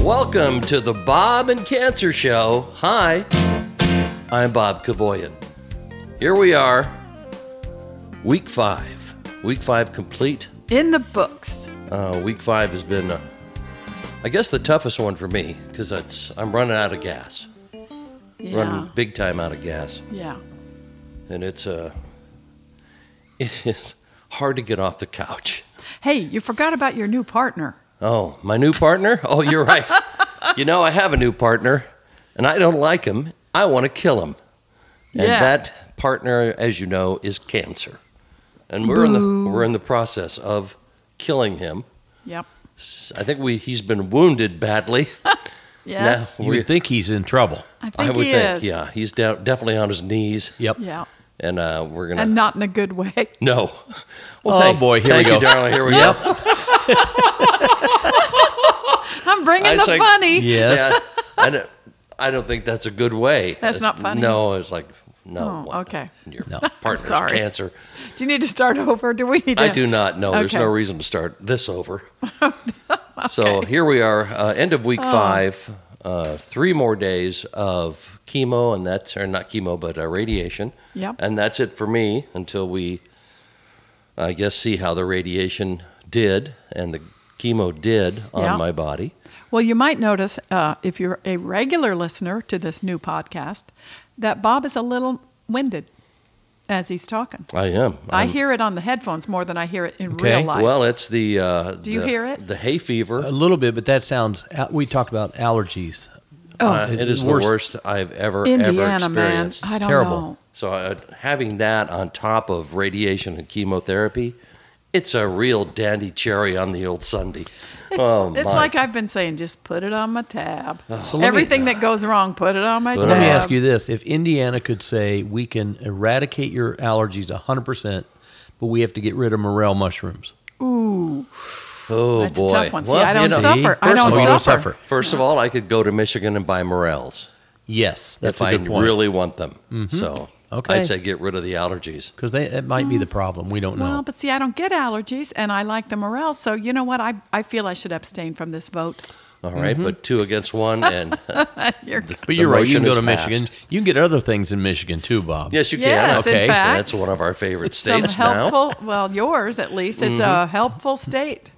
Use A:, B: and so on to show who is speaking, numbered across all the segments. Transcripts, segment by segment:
A: Welcome to the Bob and Cancer Show. Hi, I'm Bob Kavoyan. Here we are, week five. Week five complete.
B: in the books.
A: Uh, week five has been, uh, I guess, the toughest one for me because I'm running out of gas.
B: Yeah.
A: Running big time out of gas.
B: Yeah.
A: And it's, uh, it is hard to get off the couch.
B: Hey, you forgot about your new partner.
A: Oh, my new partner? Oh, you're right. you know, I have a new partner, and I don't like him. I want to kill him. And
B: Yeah.
A: that partner, as you know, is cancer. And we're in the we're in the process of killing him.
B: Yep.
A: S- I think we he's been wounded badly.
B: Yes.
A: Now
C: You would think he's in trouble.
B: I think
A: I would
B: he
A: think,
B: is.
A: yeah, he's down, definitely on his knees,
C: Yep.
B: Yeah.
A: and uh, we're gonna
B: And not in a good way.
A: no. Well,
C: Oh,
A: thank,
C: boy, here we
A: thank you,
C: go.
A: darling. Here we go.
B: I'm bringing
A: I
B: the
A: say-
B: funny.
C: Yes.
A: Yeah, I, don't, I don't think that's a good way.
B: That's not funny?
A: No, it's like no.
B: Oh,
A: what-
B: okay.
A: Your
C: No.
A: partner's
B: sorry.
A: cancer.
B: Do you need to start over? Do we need to?
A: I do not know. There's
B: Okay.
A: no reason to start this over. So here we are, uh, end of
B: Oh.
A: week five. Uh, three more days of chemo, and that's or not chemo, but uh, radiation.
B: Yep.
A: And that's it for me until we, I guess, see how the radiation did and the chemo did on
B: Yeah.
A: my body.
B: Well, you might notice uh, if you're a regular listener to this new podcast that Bob is a little winded as he's talking.
A: I am.
B: i
A: I'm-
B: hear it on the headphones more than I hear it in
C: Okay.
B: real life.
A: Well, it's the. Uh,
B: Do you
A: the-
B: hear it?
A: The hay fever.
C: A little bit, but that sounds. We talked about allergies. Oh.
A: Uh, it is the worst I've ever ever
B: Indiana, man.
A: experienced.
B: I don't
C: terrible.
B: know.
A: So uh, having that on top of radiation and chemotherapy, it's a real dandy cherry on the old Sunday.
B: It's,
A: Oh,
B: it's
A: my.
B: like I've been saying, just put it on my tab.
C: So let me-
B: Everything that goes wrong, put it on my
A: Let
B: tab.
C: Let me ask you this: If Indiana could say we can eradicate your allergies 100 percent, but we have to get rid of morel mushrooms,
B: Ooh,
A: Oh
B: that's
A: boy!
B: a tough one. See,
A: Well,
B: I
A: you
B: don't
A: know,
B: suffer. I don't
C: first of all,
B: suffer.
C: you don't suffer.
A: First of all, I could go to Michigan and buy morels
C: yes, that's
A: if
C: a
A: I
C: good point. Mm-hmm.
A: really want them. So
C: Okay.
A: I'd say get rid of the allergies.
C: because that might be the problem. We don't
B: Well,
C: know.
B: but see, I don't get allergies, and I like the morels. So you know what? I, I feel I should abstain from this vote.
A: All right,
B: Mm-hmm.
A: but two against one, and
B: You're-
C: But you're right. You
A: motion
C: can go
A: is
C: to Michigan.
A: passed.
C: You can get other things in Michigan too, Bob.
A: yes, you can.
B: Yes, in
A: Okay,
B: fact.
A: that's one of our favorite
B: some
A: states now.
B: helpful. Well, yours at least. It's a
C: Mm-hmm.
B: helpful state,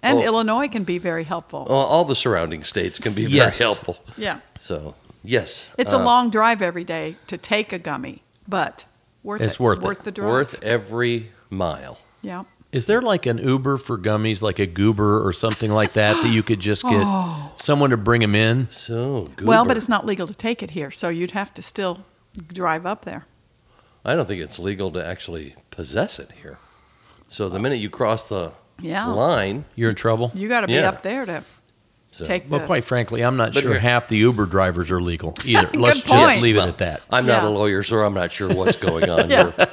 B: and
C: Oh.
A: Well-
B: Illinois can be very helpful.
A: Well, all the surrounding states can be
C: Yes.
A: very helpful.
B: Yeah,
A: So yes, uh,
B: it's
C: Uh.
B: a long drive every day to take a gummy, but worth
C: It's
B: it.
C: worth it.
B: the drive.
A: worth every mile.
B: Yeah.
C: Is there like an Uber for gummies, like a Goober or something like that, that you could just get someone to bring them in?
A: So goober.
B: Well, but it's not legal to take it here, so you'd have to still drive up there.
A: I don't think it's legal to actually possess it here. So the minute you cross the
B: Yeah.
A: line,
C: You're in trouble.
B: You got to be
A: Yeah.
B: up there to
A: so-
B: take
C: Well,
B: the.
C: quite frankly, I'm not
A: But
C: sure
A: here-
C: half the Uber drivers are legal either.
B: Good
C: Let's
B: point.
C: just leave it
A: Well,
C: at that.
A: I'm not a
B: Yeah.
A: lawyer, so I'm not sure what's going on
B: Yeah.
A: here.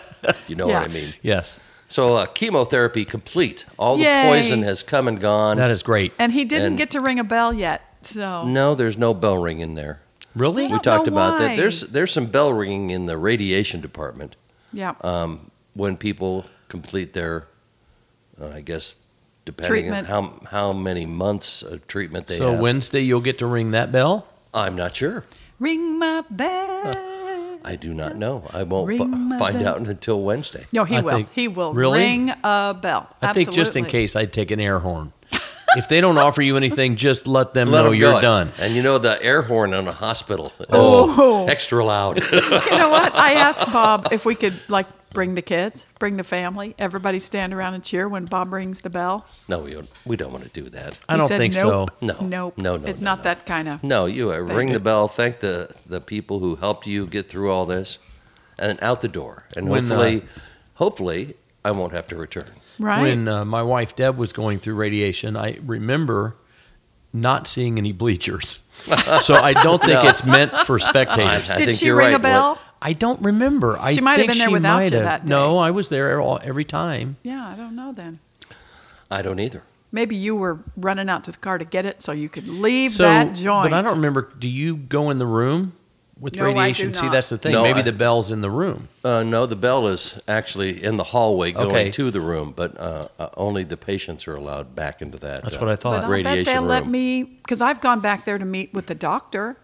A: You know
B: Yeah.
A: what I mean.
C: Yes,
A: So uh, chemotherapy complete. All
B: Yay.
A: the poison has come and gone.
C: that is great.
B: and he didn't
A: and-
B: get to ring a bell yet, so
A: no, there's no bell ring in there.
C: Really?
B: don't
A: We talked
B: know
A: about
B: why.
A: that. There's there's some bell ringing in the radiation department
B: yeah,
A: um, when people complete their, uh, I guess, depending
B: Treatment.
A: on how how many months of treatment they
C: So
A: have.
C: Wednesday you'll get to ring that bell.
A: I'm not sure.
B: ring my bell.
A: I do not know. I won't
B: Ring
A: fi-
B: my
A: find
B: bell.
A: out until Wednesday.
B: no, he
C: I
B: will.
C: think-
B: he will
C: Really?
B: ring a bell.
C: I think just in
B: Absolutely.
C: case I'd take an air horn. if they don't offer you anything, just let them
A: Let
C: know
A: 'em
C: you're
A: do it.
C: done.
A: And you know the air horn in a hospital. is
B: Oh.
A: extra loud.
B: You know what? I asked Bob if we could like bring the kids, bring the family, everybody stand around and cheer when Bob rings the bell.
A: no, we don't, we don't want to do that.
C: I
B: He
C: don't
B: said,
C: think
B: nope,
C: so.
A: No.
B: nope,
A: No, no,
B: it's
A: no,
B: not
A: no.
B: that kind of.
A: No, you uh, ring
B: you.
A: the bell. Thank the the people who helped you get through all this, and out the door. And
C: When, uh,
A: hopefully, hopefully, I won't have to return.
B: Right?
C: When uh, my wife Deb was going through radiation, I remember not seeing any bleachers. so I don't think
A: No.
C: it's meant for spectators.
A: I
B: Did
A: think
B: she
A: you're
B: ring
A: right,
B: a bell?
A: Lynn.
C: I don't remember. I
B: She might have
C: think
B: been there
C: she
B: without
C: might
B: you
C: have.
B: that
C: No, I was there all, every time.
B: Yeah, I don't know then.
A: I don't either.
B: Maybe you were running out to the car to get it so you could leave
C: So,
B: that joint.
C: but I don't remember. Do you go in the room? with
B: No, I do
C: radiation. See,
B: not.
C: that's the thing.
A: No,
C: Maybe
A: I-
C: the bell's in the room.
A: Uh, no, the bell is actually in the hallway going
C: Okay.
A: to the room, but uh, uh, only the patients are allowed back into that.
C: That's
A: uh,
C: what I thought.
B: But
A: Right.
B: I bet
A: Radiation
B: they'll let
A: room.
B: me because I've gone back there to meet with the doctor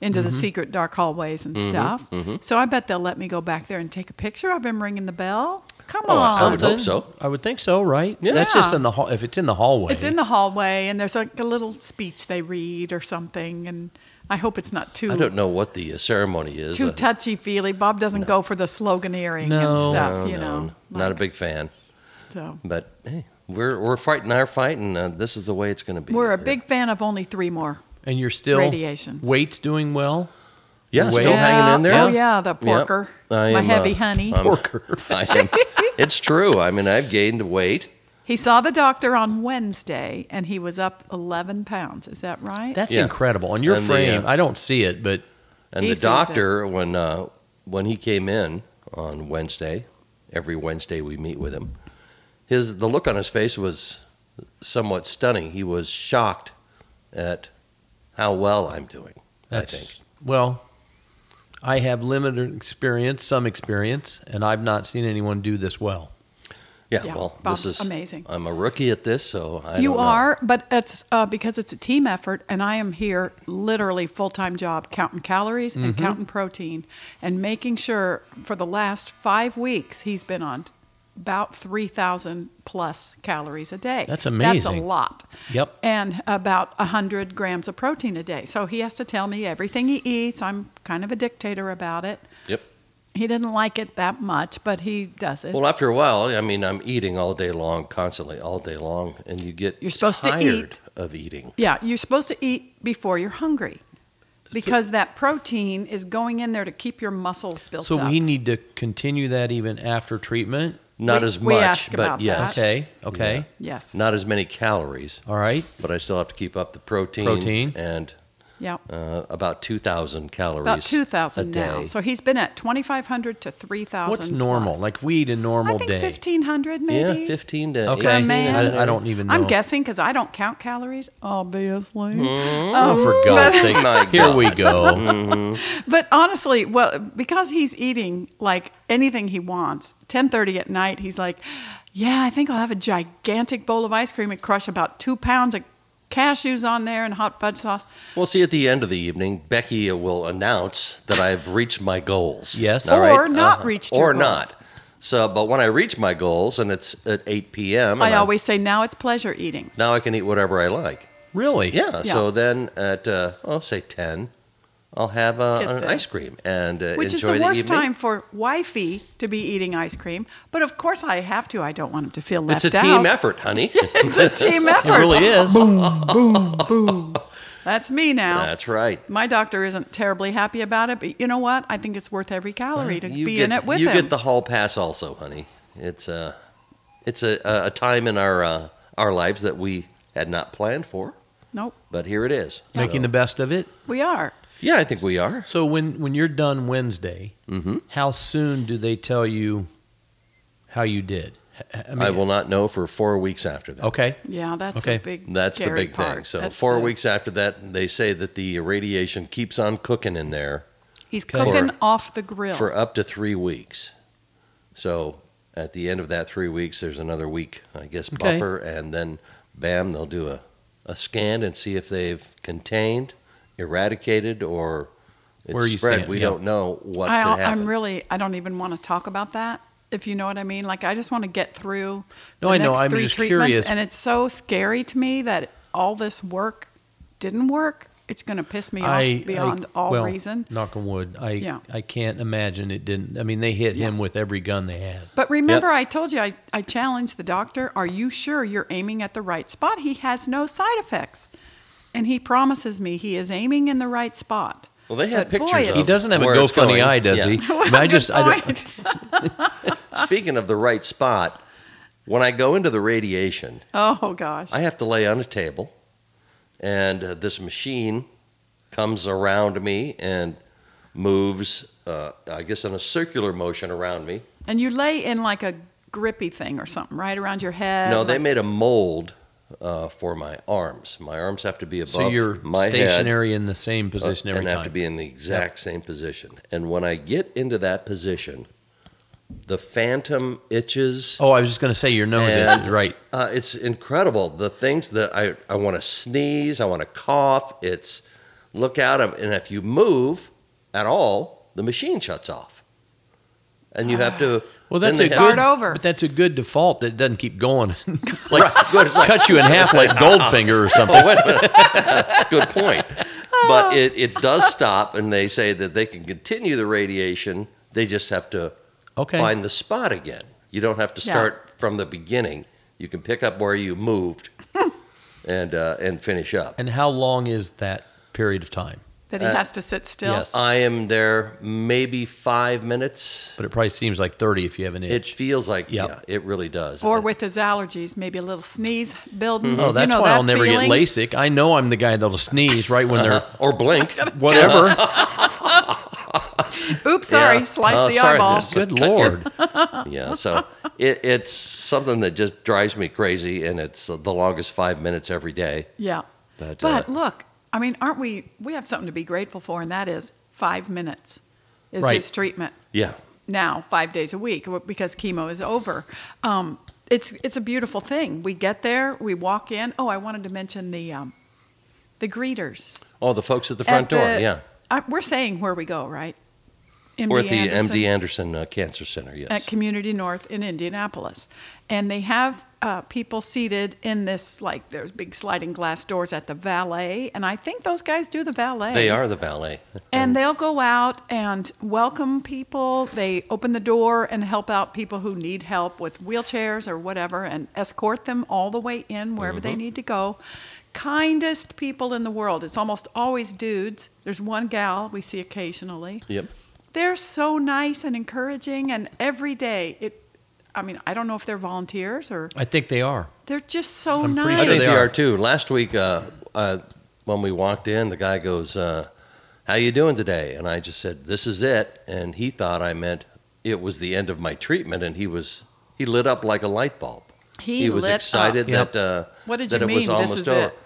B: into
A: Mm-hmm.
B: the secret dark hallways and stuff. So I bet they'll let me go back there and take a picture of him ringing the bell. Come
A: Oh,
B: on,
A: I would hope
C: Something.
A: so.
C: I would think so, right?
A: Yeah.
C: That's just in the hall. If it's in the hallway,
B: it's in the hallway, and there's like a little speech they read or something. And I hope it's not
A: I
B: too
A: don't know what the uh, ceremony is.
B: too
A: Uh,
B: touchy feely. Bob doesn't go for the sloganeering
C: No,
B: and
A: no,
B: stuff. you
A: no,
B: know,
A: not a
B: like,
A: big fan.
B: So.
A: But hey, we're we're fighting our fight, and uh, this is the way it's going to be.
B: We're a big fan of only three more.
C: and you're still
B: Radiations.
C: Weights doing well.
A: yeah, still
C: Yeah.
A: hanging in there.
B: Oh yeah, the
A: Yep.
B: porker,
A: I
B: my
A: am,
B: heavy
A: uh,
B: honey.
A: I'm- I am. It's true. I mean, I've gained weight.
B: He saw the doctor on Wednesday and he was up 11 pounds. Is that right?
C: That's
A: Yeah.
C: incredible. On your
A: And the,
C: frame,
A: uh,
C: I don't see it, but
A: And
B: He
A: the
B: sees
A: doctor, when uh, when he came in on Wednesday, every Wednesday we meet with him. His the look on his face was somewhat stunning. He was shocked at how well I'm doing.
C: that's
A: I think.
C: well. I have limited experience, some experience, and I've not seen anyone do this well.
A: Yeah,
B: Yeah,
A: well,
B: Bob's
A: this is
B: amazing.
A: I'm a rookie at this, so I
B: you
A: don't know.
B: are, but it's uh, because it's a team effort, and I am here literally full time job counting calories and
A: Mm-hmm.
B: counting protein and making sure for the last five weeks he's been on about 3,000 plus calories a day.
C: That's
B: That's a
C: amazing.
B: lot.
C: Yep.
B: And about 100 grams of protein a day. So he has to tell me everything he eats. I'm kind of a dictator about it.
A: Yep.
B: He didn't like it that much, but he does it.
A: Well, after a while, I mean, I'm eating all day long, constantly, all day long, and you get
B: You're supposed to
A: tired
B: eat.
A: of eating.
B: Yeah, you're supposed to eat before you're hungry because that protein is going in there to keep your muscles built
C: so
B: up.
C: we need to continue that even after treatment.
A: Not
B: We-
A: as much,
B: we ask
A: but
B: about
A: yes,
B: that.
C: Okay. Okay.
B: yes.
A: not as many calories,
C: All right.
A: but I still have to keep up the protein,
C: Protein.
A: and
B: yeah.
A: uh, about two thousand calories.
B: About
A: a
B: 2,000
A: day.
B: now. So he's been at 2,500 to 3,000.
C: What's normal?
B: plus.
C: Like we eat a normal
B: I think
C: day.
B: 1,500
A: yeah,
B: maybe.
A: fifteen to
C: Okay.
A: eighteen.
B: Man.
C: I, I don't even know.
B: I'm guessing because I don't count calories, obviously.
C: Oh, for God's sake.
A: My
C: Here
A: God. Mm.
C: we go.
B: But honestly, well, because he's eating like anything he wants. 10:30 at night, he's like, "Yeah, I think I'll have a gigantic bowl of ice cream and crush about 2 pounds of cashews on there and hot fudge sauce."
A: We'll see at the end of the evening. Becky will announce that I've reached my goals.
C: Yes.
A: All Uh-huh.
B: Or not reached your
A: or
B: goal.
A: not. So, but when I reach my goals, and it's at eight p.m.,
B: I
A: and I'm-
B: always say now it's pleasure eating.
A: now I can eat whatever I like.
C: really?
A: Yeah.
B: Yeah.
A: So then at uh, oh say ten, I'll have uh,
B: Get
A: an
B: this.
A: ice cream and uh,
B: Which is
A: enjoy
B: the worst
A: evening.
B: time for wifey to be eating ice cream, but of course I have to. I don't want him to feel
A: It's
B: left
A: a
B: out.
A: team effort, honey.
B: it's a team effort.
C: It really is.
B: That's me now.
A: That's right.
B: my doctor isn't terribly happy about it, but you know what? I think it's worth every calorie to
A: You
B: be
A: get,
B: in it with
A: you
B: him.
A: get the hall pass also, honey. It's a it's a, a a time in our uh, our lives that we had not planned for,
B: nope,
A: but here it is.
C: Making
A: So-
C: the best of it.
B: we are.
A: yeah, I think we are.
C: So when when you're done Wednesday,
A: Mm-hmm.
C: how soon do they tell you how you did? H- h-
A: I, will not know for four weeks after that.
C: Okay.
B: Yeah, that's
C: Okay.
B: the big.
A: That's the
B: scary
A: big
B: part.
A: thing. So
B: That's
A: four
B: the-
A: weeks after that, they say that the radiation keeps on cooking in there
B: He's
A: Okay.
B: cooking
A: For-
B: off the grill.
A: for up to three weeks. So at the end of that three weeks, there's another week, I guess,
C: Okay.
A: buffer, and then bam, they'll do a, a scan and see if they've contained, eradicated, or it's
C: Where you
A: spread.
C: stand,
A: we
C: yeah.
A: don't know what
B: I,
A: could happen.
B: I'm really. I don't even want to talk about that. If you know what I mean, like I just want to get through.
C: No,
B: the
C: I know.
B: next
C: I'm
B: three
C: just
B: treatments,
C: curious.
B: and it's so scary to me that all this work didn't work. It's going to piss me off beyond all
C: well,
B: reason.
C: Knock on wood. I
B: Yeah.
C: I can't imagine it didn't. I mean, they hit him with every gun they had.
B: But remember, I told you I, I challenged the doctor. Are you sure you're aiming at the right spot? He has no side effects. And he promises me he is aiming in the right spot.
A: Well, they had
B: But boy,
A: pictures
B: it's-
A: of
C: He doesn't have a
A: where it's going.
C: GoFundMe eye, does
A: Yeah.
C: he? I mean, I
B: Good
C: just I don't,
B: point.
A: Speaking of the right spot, when I go into the radiation,
B: oh, gosh.
A: I have to lay on a table, and uh, this machine comes around me and moves, uh, I guess, in a circular motion around me.
B: and you lay in like a grippy thing or something right around your head.
A: No, they
B: like-
A: made a mold uh, for my arms. My arms have to be above
C: So you're
A: my head.
C: stationary in the same position
A: Uh,
C: every
A: and
C: time.
A: have to be in the exact same position. And when I get into that position, the phantom itches.
C: oh, I was just going to say your nose
A: And-
C: is right.
A: Uh, it's incredible. The things that I, I want to sneeze, I want to cough. It's look out. I'm- And if you move at all, the machine shuts off. And you have to.
C: Ah. Well,
A: then
C: that's
A: they
C: a good,
A: have-
B: Start over.
C: but that's a good default that doesn't keep going. like
A: Good, it's like-
C: cut you in half like Goldfinger or something.
A: good point.
C: Oh.
A: But it, it does stop, and they say that they can continue the radiation. They just have to
C: Okay.
A: find the spot again. You don't have to
B: Yeah.
A: start from the beginning. You can pick up where you moved and, uh, and finish up.
C: And how long is that period of time?
B: That he
A: Uh,
B: has to sit still.
C: yes.
A: I am there maybe five minutes.
C: But it probably seems like 30 if you have an
A: It
C: itch.
A: feels like,
C: Yeah.
A: yeah, it really does.
B: Or
A: It-
B: with his allergies, maybe a little sneeze building.
C: oh, that's
B: you know
C: why
B: that
C: I'll never
B: feeling? Uh-huh.
C: get LASIK. I know I'm the guy that'll sneeze right when they're
A: or blink.
C: whatever.
B: Oops, sorry,
A: Yeah.
B: slice
A: Oh,
B: the
A: sorry,
B: eyeball.
A: there's-
C: Good lord.
A: yeah, so it, it's something that just drives me crazy, and it's the longest five minutes every day.
B: Yeah.
A: But,
B: But
A: uh,
B: look, I mean, aren't we? We have something to be grateful for, and that is five minutes is
C: Right.
B: his treatment
A: yeah,
B: now, five days a week w- because chemo is over. Um, it's it's a beautiful thing. We get there, we walk in. Oh, I wanted to mention the um, the greeters.
A: Oh, the folks at the front
B: At
A: door.
B: the-
A: Yeah,
B: I, we're saying where we go, right?
A: we're at
B: MD
A: the
B: Anderson.
A: MD Anderson uh, Cancer Center. Yes.
B: at Community North in Indianapolis. And they have uh, people seated in this, like, there's big sliding glass doors at the valet. And I think those guys do the valet.
A: they are the valet.
B: And they'll go out and welcome people. They open the door and help out people who need help with wheelchairs or whatever and escort them all the way in wherever they
A: Mm-hmm.
B: need to go. Kindest people in the world. It's almost always dudes. There's one gal we see occasionally
A: Yep.
B: they're so nice and encouraging and every day it i mean i don't know if they're volunteers or
C: I think they are.
B: they're just so
C: I'm pretty
B: nice
A: I
C: sure
A: think
C: they
A: they
C: are.
A: are too. Last week, uh, uh, when we walked in, the guy goes, uh, "How you doing today?" And I just said, "This is it." And he thought I meant it was the end of my treatment, and he was he lit up like a light bulb.
B: He
A: was
B: lit
A: excited that
C: up.
A: uh,
B: What did
A: that it
B: you
A: was
B: mean, this
A: almost
B: is
A: over.
B: it?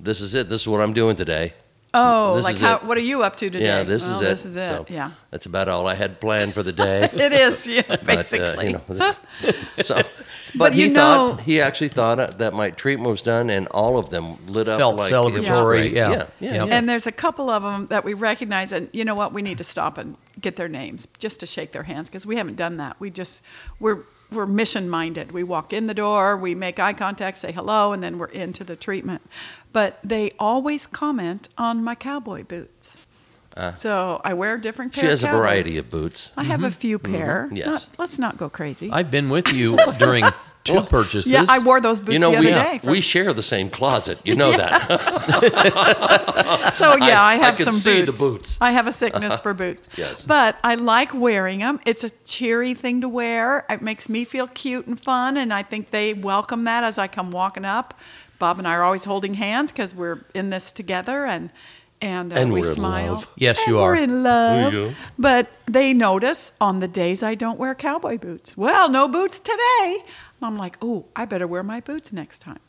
A: This is it. This is what I'm doing today.
B: oh
A: This
B: like
A: is
B: how
A: it.
B: what are you up to today
A: Yeah, this
B: Well,
A: is it.
B: this is it
A: So
B: yeah
A: that's about all I had planned for the day.
B: it is yeah
A: But, uh,
B: basically
A: you know, this- so, but,
B: But
A: he
B: you
A: thought
B: know-
A: he actually thought uh, that my treatment was done, and all of them lit up
C: Felt
A: like it was
C: celebratory,
A: great.
C: yeah.
A: yeah, yeah,
C: Yeah.
A: yeah.
B: and there's a couple of them that we recognize and you know what we need to stop and get their names just to shake their hands because we haven't done that we just we're we're mission minded we walk in the door we make eye contact say hello and then we're into the treatment but they always comment on my cowboy boots so i wear a different
A: Uh.
B: pair
A: she has
B: of
A: a
B: cowboy-
A: variety of boots.
B: i have a few pair
A: Yes.
B: Not- let's not go crazy
C: I've been with you during two purchases.
B: yeah i wore those boots
A: You know,
B: the other
A: we,
B: day
A: we share the same closet. You know that.
B: So yeah, I,
A: I
B: have
A: could
B: some
A: see
B: boots.
A: the boots.
B: I have a sickness for boots.
A: Yes.
B: But I like wearing them. It's a cheery thing to wear. It makes me feel cute and fun, and I think they welcome that as I come walking up. Bob and I are always holding hands because we're in this together, and and, uh,
A: And
B: we
A: we're in
B: smile.
A: love.
C: Yes,
B: And
C: you are.
B: We're in love.
A: There you go.
B: But they notice on the days I don't wear cowboy boots. Well, no boots today. And I'm like, oh, I better wear my boots next time.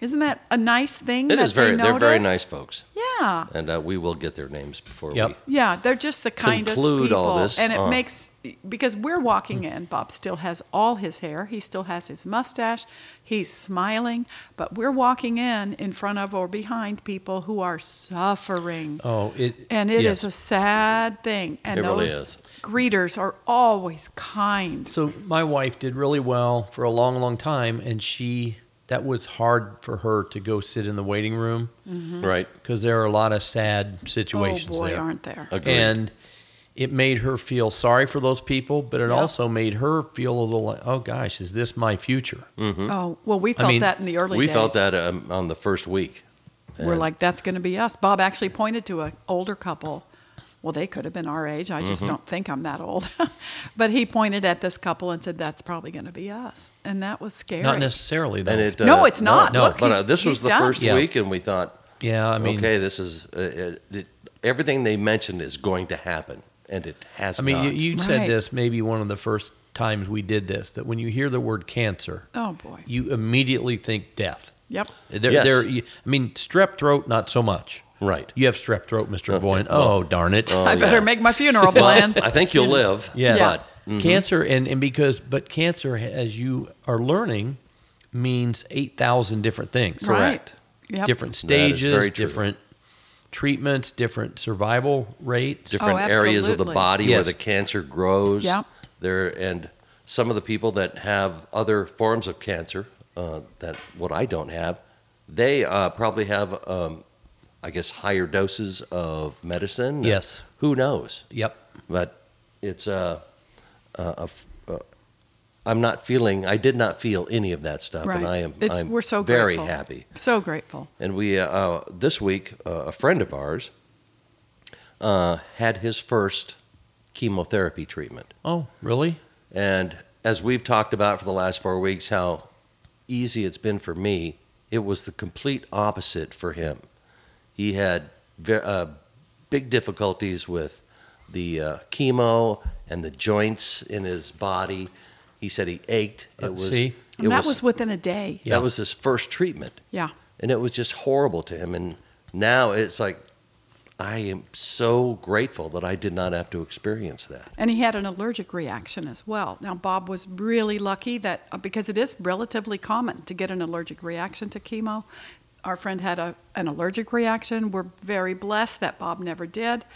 B: Isn't that a nice thing?
A: It
B: that
A: is very.
B: They
A: They're very
B: notice?
A: nice folks,
B: Yeah.
A: and uh, we will get their names before
C: Yep.
A: we.
B: Yeah, they're just the kindest
A: Conclude
B: people.
A: all this,
B: and it
A: uh,
B: makes because we're walking in, Bob still has all his hair, he still has his mustache, he's smiling, but we're walking in in front of or behind people who are suffering.
C: Oh, it
B: and it is
C: yes.
B: a sad thing. And
A: It really
B: those
A: is.
B: greeters are always kind.
C: So my wife did really well for a long, long time, and she that was hard for her to go sit in the waiting room
B: Mm-hmm.
A: Right.
C: because there are a lot of sad
B: Oh
C: situations
B: boy,
C: there,
B: aren't there?
A: Agreed.
C: and it made her feel sorry for those people, but it
B: Yeah.
C: also made her feel a little like, oh gosh, is this my future?
A: Mm-hmm.
B: Oh well, we felt
C: mean,
B: that in the early
A: we
B: days.
A: felt that um, on the first week.
B: We're
A: And-
B: like, that's going to be us. Bob actually pointed to an older couple. Well, they could have been our age. I
A: Mm-hmm.
B: just don't think I'm that old. but he pointed at this couple and said, that's probably going to be us. And that was scary.
C: Not necessarily though.
A: And it, uh,
B: No, it's not.
A: No,
B: Look,
A: but uh,
B: he's-
A: this was
B: he's
A: the
B: done.
A: first
C: Yeah.
A: week, and we thought,
C: yeah, I mean,
A: okay, this is uh, it, it, everything they mentioned is going to happen, and it has.
C: I mean, you,
A: not.
C: you said
B: Right.
C: this maybe one of the first times we did this that when you hear the word cancer,
B: Oh, boy.
C: you immediately think death.
B: Yep.
C: They're,
A: Yes.
C: they're, I mean, strep throat, not so much.
A: Right.
C: You have strep throat, Mr.
A: Okay,
C: Boyne.
A: well-
C: oh, darn it.
A: Oh,
B: I better
A: yeah.
B: make my funeral
A: Well,
B: plan.
A: I think you'll live.
C: Yeah.
A: But mm-hmm.
C: Cancer, and, and because, but cancer, as you are learning, means 8,000 different things.
A: correct.
B: Right. Yep.
C: Different
A: That is very
C: stages,
A: true.
C: different treatments, different survival rates.
A: different areas of the
B: Oh, absolutely.
A: body where
C: Yes.
A: the cancer grows.
B: Yep.
A: There and some of the people that have other forms of cancer uh, that what I don't have, they uh, probably have, um, I guess, higher doses of medicine.
C: Yes.
A: Who knows?
C: Yep.
A: But it's uh, a. a f- uh, I'm not feeling. I did not feel any of that stuff,
B: Right.
A: and I am.
B: It's-
A: I'm
B: we're so
A: very
B: grateful.
A: happy.
B: So grateful.
A: And we uh, uh, this week, uh, a friend of ours uh, had his first chemotherapy treatment,
C: Oh, really?
A: and as we've talked about for the last four weeks, how easy it's been for me. It was the complete opposite for him. He had ve- uh, big difficulties with the uh, chemo and the joints in his body. He said he ached. It
C: Uh,
A: was
C: see?
B: And
A: it
B: that was, within a day.
A: that was his first treatment
B: Yeah.
A: and it was just horrible to him. And now it's like, I am so grateful that I did not have to experience that.
B: And he had an allergic reaction as well. Now, Bob was really lucky that uh, because it is relatively common to get an allergic reaction to chemo. Our friend had a, an allergic reaction. We're very blessed that Bob never did.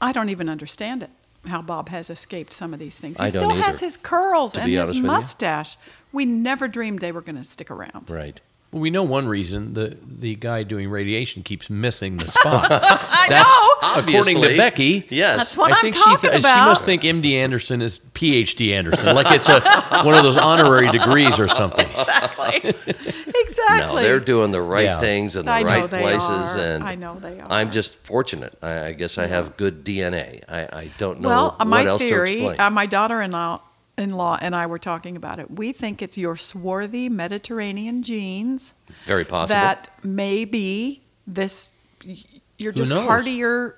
B: I don't even understand it, how Bob has escaped some of these things. He
A: I don't
B: still has
A: either,
B: his curls
A: to
B: and
A: be
B: his
A: honest with you.
B: mustache. We never dreamed they were going to stick around.
A: Right.
C: Well, we know one reason the the guy doing radiation keeps missing the spot.
B: I
C: That's-
B: know.
C: According to Becky,
A: Yes.
B: That's what
C: I
B: I'm
C: think she,
B: talking
C: th- she
B: about.
C: must think MD Anderson is PhD Anderson, like it's a, one of those honorary degrees or something.
B: Exactly.
A: No,
B: exactly.
A: they're doing the right
C: Yeah.
A: things in the
B: I know
A: right
B: they
A: places,
B: are.
A: and
B: I know they are.
A: I'm just fortunate. I, I guess I have good DNA. I, I don't know
B: well, uh,
A: what
B: my
A: else to
B: theory,
A: explain.
B: uh, my daughter-in-law in law and I were talking about it. We think it's your swarthy Mediterranean genes
A: Very possible.
B: that maybe this y- you're
C: Who
B: just
C: knows?
B: hardier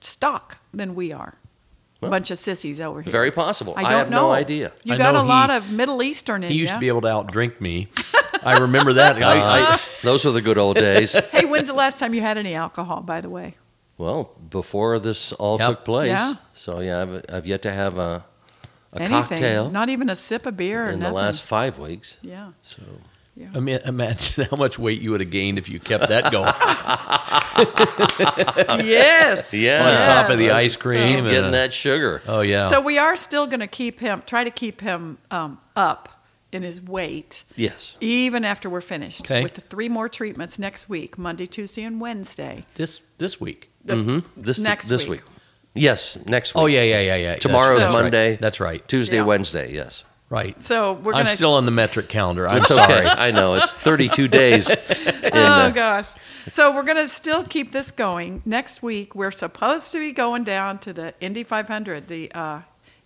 B: stock than we are.
A: Well,
B: A bunch of sissies over here.
A: Very possible.
B: I
A: I,
B: don't
A: have
B: know.
A: no idea.
B: You
C: I
B: got
C: know
B: a lot
C: he-
B: of Middle Eastern in
C: He used
B: ya.
C: to be able to outdrink me. I remember that.
A: Uh-huh.
C: I, I,
A: Those were the good old days.
B: hey, when's the last time you had any alcohol? By the way,
A: Well, before this all
C: Yep.
A: took place,
B: Yeah.
A: so yeah, I've, I've yet to have a, a
B: anything?
A: cocktail
B: Not even a sip of beer. or
A: in the
B: nothing.
A: last five weeks.
B: Yeah.
A: So
C: I mean, imagine how much weight you would have gained if you kept that going on
B: yes.
A: Yeah.
C: top of the ice cream.
A: getting
C: and, uh,
A: that sugar.
C: Oh yeah.
B: So we are still going to keep him, try to keep him um, up in his weight,
A: Yes.
B: even after we're finished
C: Okay.
B: with the three more treatments next week Monday, Tuesday, and Wednesday.
C: this this week.
B: This-
A: Hmm?
C: Mm-hmm.
A: This
B: Next
A: this
B: week.
A: week. Yes, next week.
C: Oh yeah, yeah, yeah, yeah.
A: Tomorrow's
B: So-
C: That's right.
A: Monday.
C: That's right.
A: Tuesday,
B: Yeah.
A: Wednesday. Yes.
C: Right.
B: So we're
C: I'm
B: going to.
C: still on the metric calendar. I'm
A: it's
C: sorry.
A: okay. I know it's 32 days. In,
B: Oh
A: uh,
B: gosh. So we're going to still keep this going. Next week, we're supposed to be going down to the Indy 500, the uh,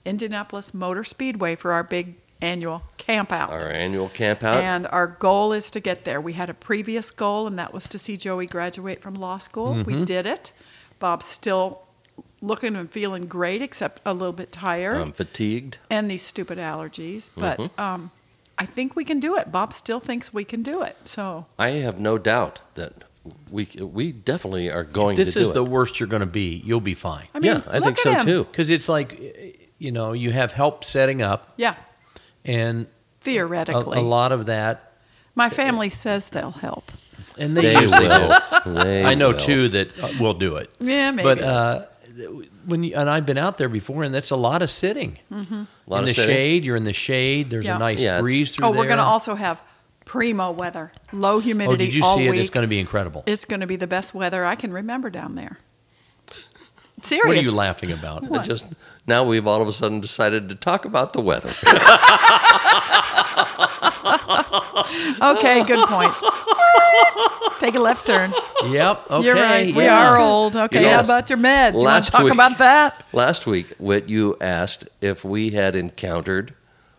B: Indianapolis Motor Speedway, for our big annual camp out.
A: Our annual camp out.
B: and our goal is to get there. We had a previous goal, and that was to see Joey graduate from law school.
C: Mm-hmm.
B: We did it. Bob's still looking and feeling great, except a little bit tired
C: Um,
A: I'm fatigued.
B: and these stupid allergies.
C: mm-hmm.
B: But um, I think we can do it. Bob still thinks we can do it. So
A: I have no doubt that we we definitely are going
C: This
A: to do
C: is
A: it.
C: the worst you're going to be. You'll be fine.
B: I mean,
A: yeah, I
B: look
A: think
B: at
A: so
B: him.
A: too.
C: Because it's like, you know, you have help setting up,
B: Yeah,
C: and a,
B: theoretically,
C: a lot of that,
B: my family says they'll help.
C: and they,
A: They
C: usually do.
A: will. They
C: I know
A: will.
C: too that uh, we'll do it.
B: Yeah, maybe.
C: But uh, th- when you, and I've been out there before, and that's a lot of sitting
A: A lot
C: in
A: of
C: the
A: sitting.
C: shade. You're in the shade. There's
B: Hmm. Yeah.
C: a nice
A: Yeah, it's-
C: breeze through
B: oh, we're
C: there.
B: going to also have primo weather, low humidity
C: Oh, did you
B: all
C: see it?
B: week.
C: It's going to be incredible.
B: It's going to be the best weather I can remember down there. Serious.
C: What are you laughing about?
A: It just now we've all of a sudden decided to talk about the weather.
B: Okay, good point. Take a left turn.
C: yep. Okay.
B: You're right. We
C: yeah.
B: are old. uh, Okay,
A: know,
B: how about your meds? You want to
A: last
B: talk
A: week-
B: about that?
A: Last week, Whit, you asked if we had encountered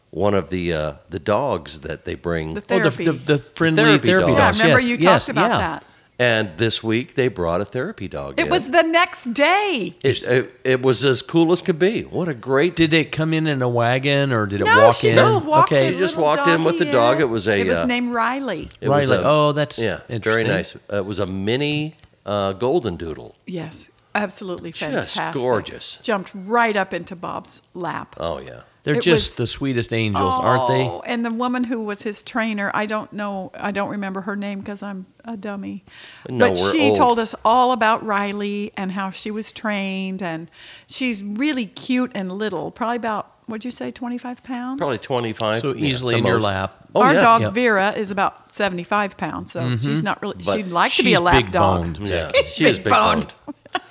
A: one of the uh, the dogs that they bring.
B: The
C: Oh, the,
B: therapy.
C: the, the friendly
A: Therapy
C: therapy,
A: dogs.
B: yeah,
C: dogs.
B: remember
C: yes,
B: you
C: yes,
B: talked about
C: yeah.
B: that.
A: And this week they brought a therapy dog.
B: It
A: in.
B: was the next day.
A: It, it, it was as cool as could be. What a great
C: Did it come in in a wagon or did it
B: no,
C: walk
B: she
C: in?
B: just walked
C: okay.
B: in.
A: She just
B: little
A: walked in with the
B: doggy,
A: dog.
B: yeah.
A: It was a,
B: It was
A: uh,
B: named Riley.
A: It
C: Right,
A: was
C: like,
A: a-
C: oh, that's
A: yeah, very
C: interesting.
A: nice. Uh, It was a mini uh, golden doodle.
B: Yes, absolutely
A: Just
B: fantastic.
A: gorgeous.
B: Jumped right up into Bob's lap.
A: Oh yeah,
C: They're
B: It
C: just
B: was-
C: the sweetest angels, aren't they?
B: Oh, And the woman who was his trainer, I don't know, I don't remember her name because I'm a dummy.
A: No,
B: but
A: we're
B: she
A: old.
B: told us all about Riley and how she was trained, and she's really cute and little, probably about what'd you say, 25 pounds?
A: probably twenty five.
C: So easily in your lap.
A: Oh
B: Our
A: yeah.
B: dog
C: Yeah.
B: Vera is about 75 pounds, so she's not really.
A: But
B: she'd like to be
C: Mm-hmm. she's
B: a lap
C: big
B: dog.
C: boned.
A: Yeah,
B: She's
A: she is big boned.
B: big-boned.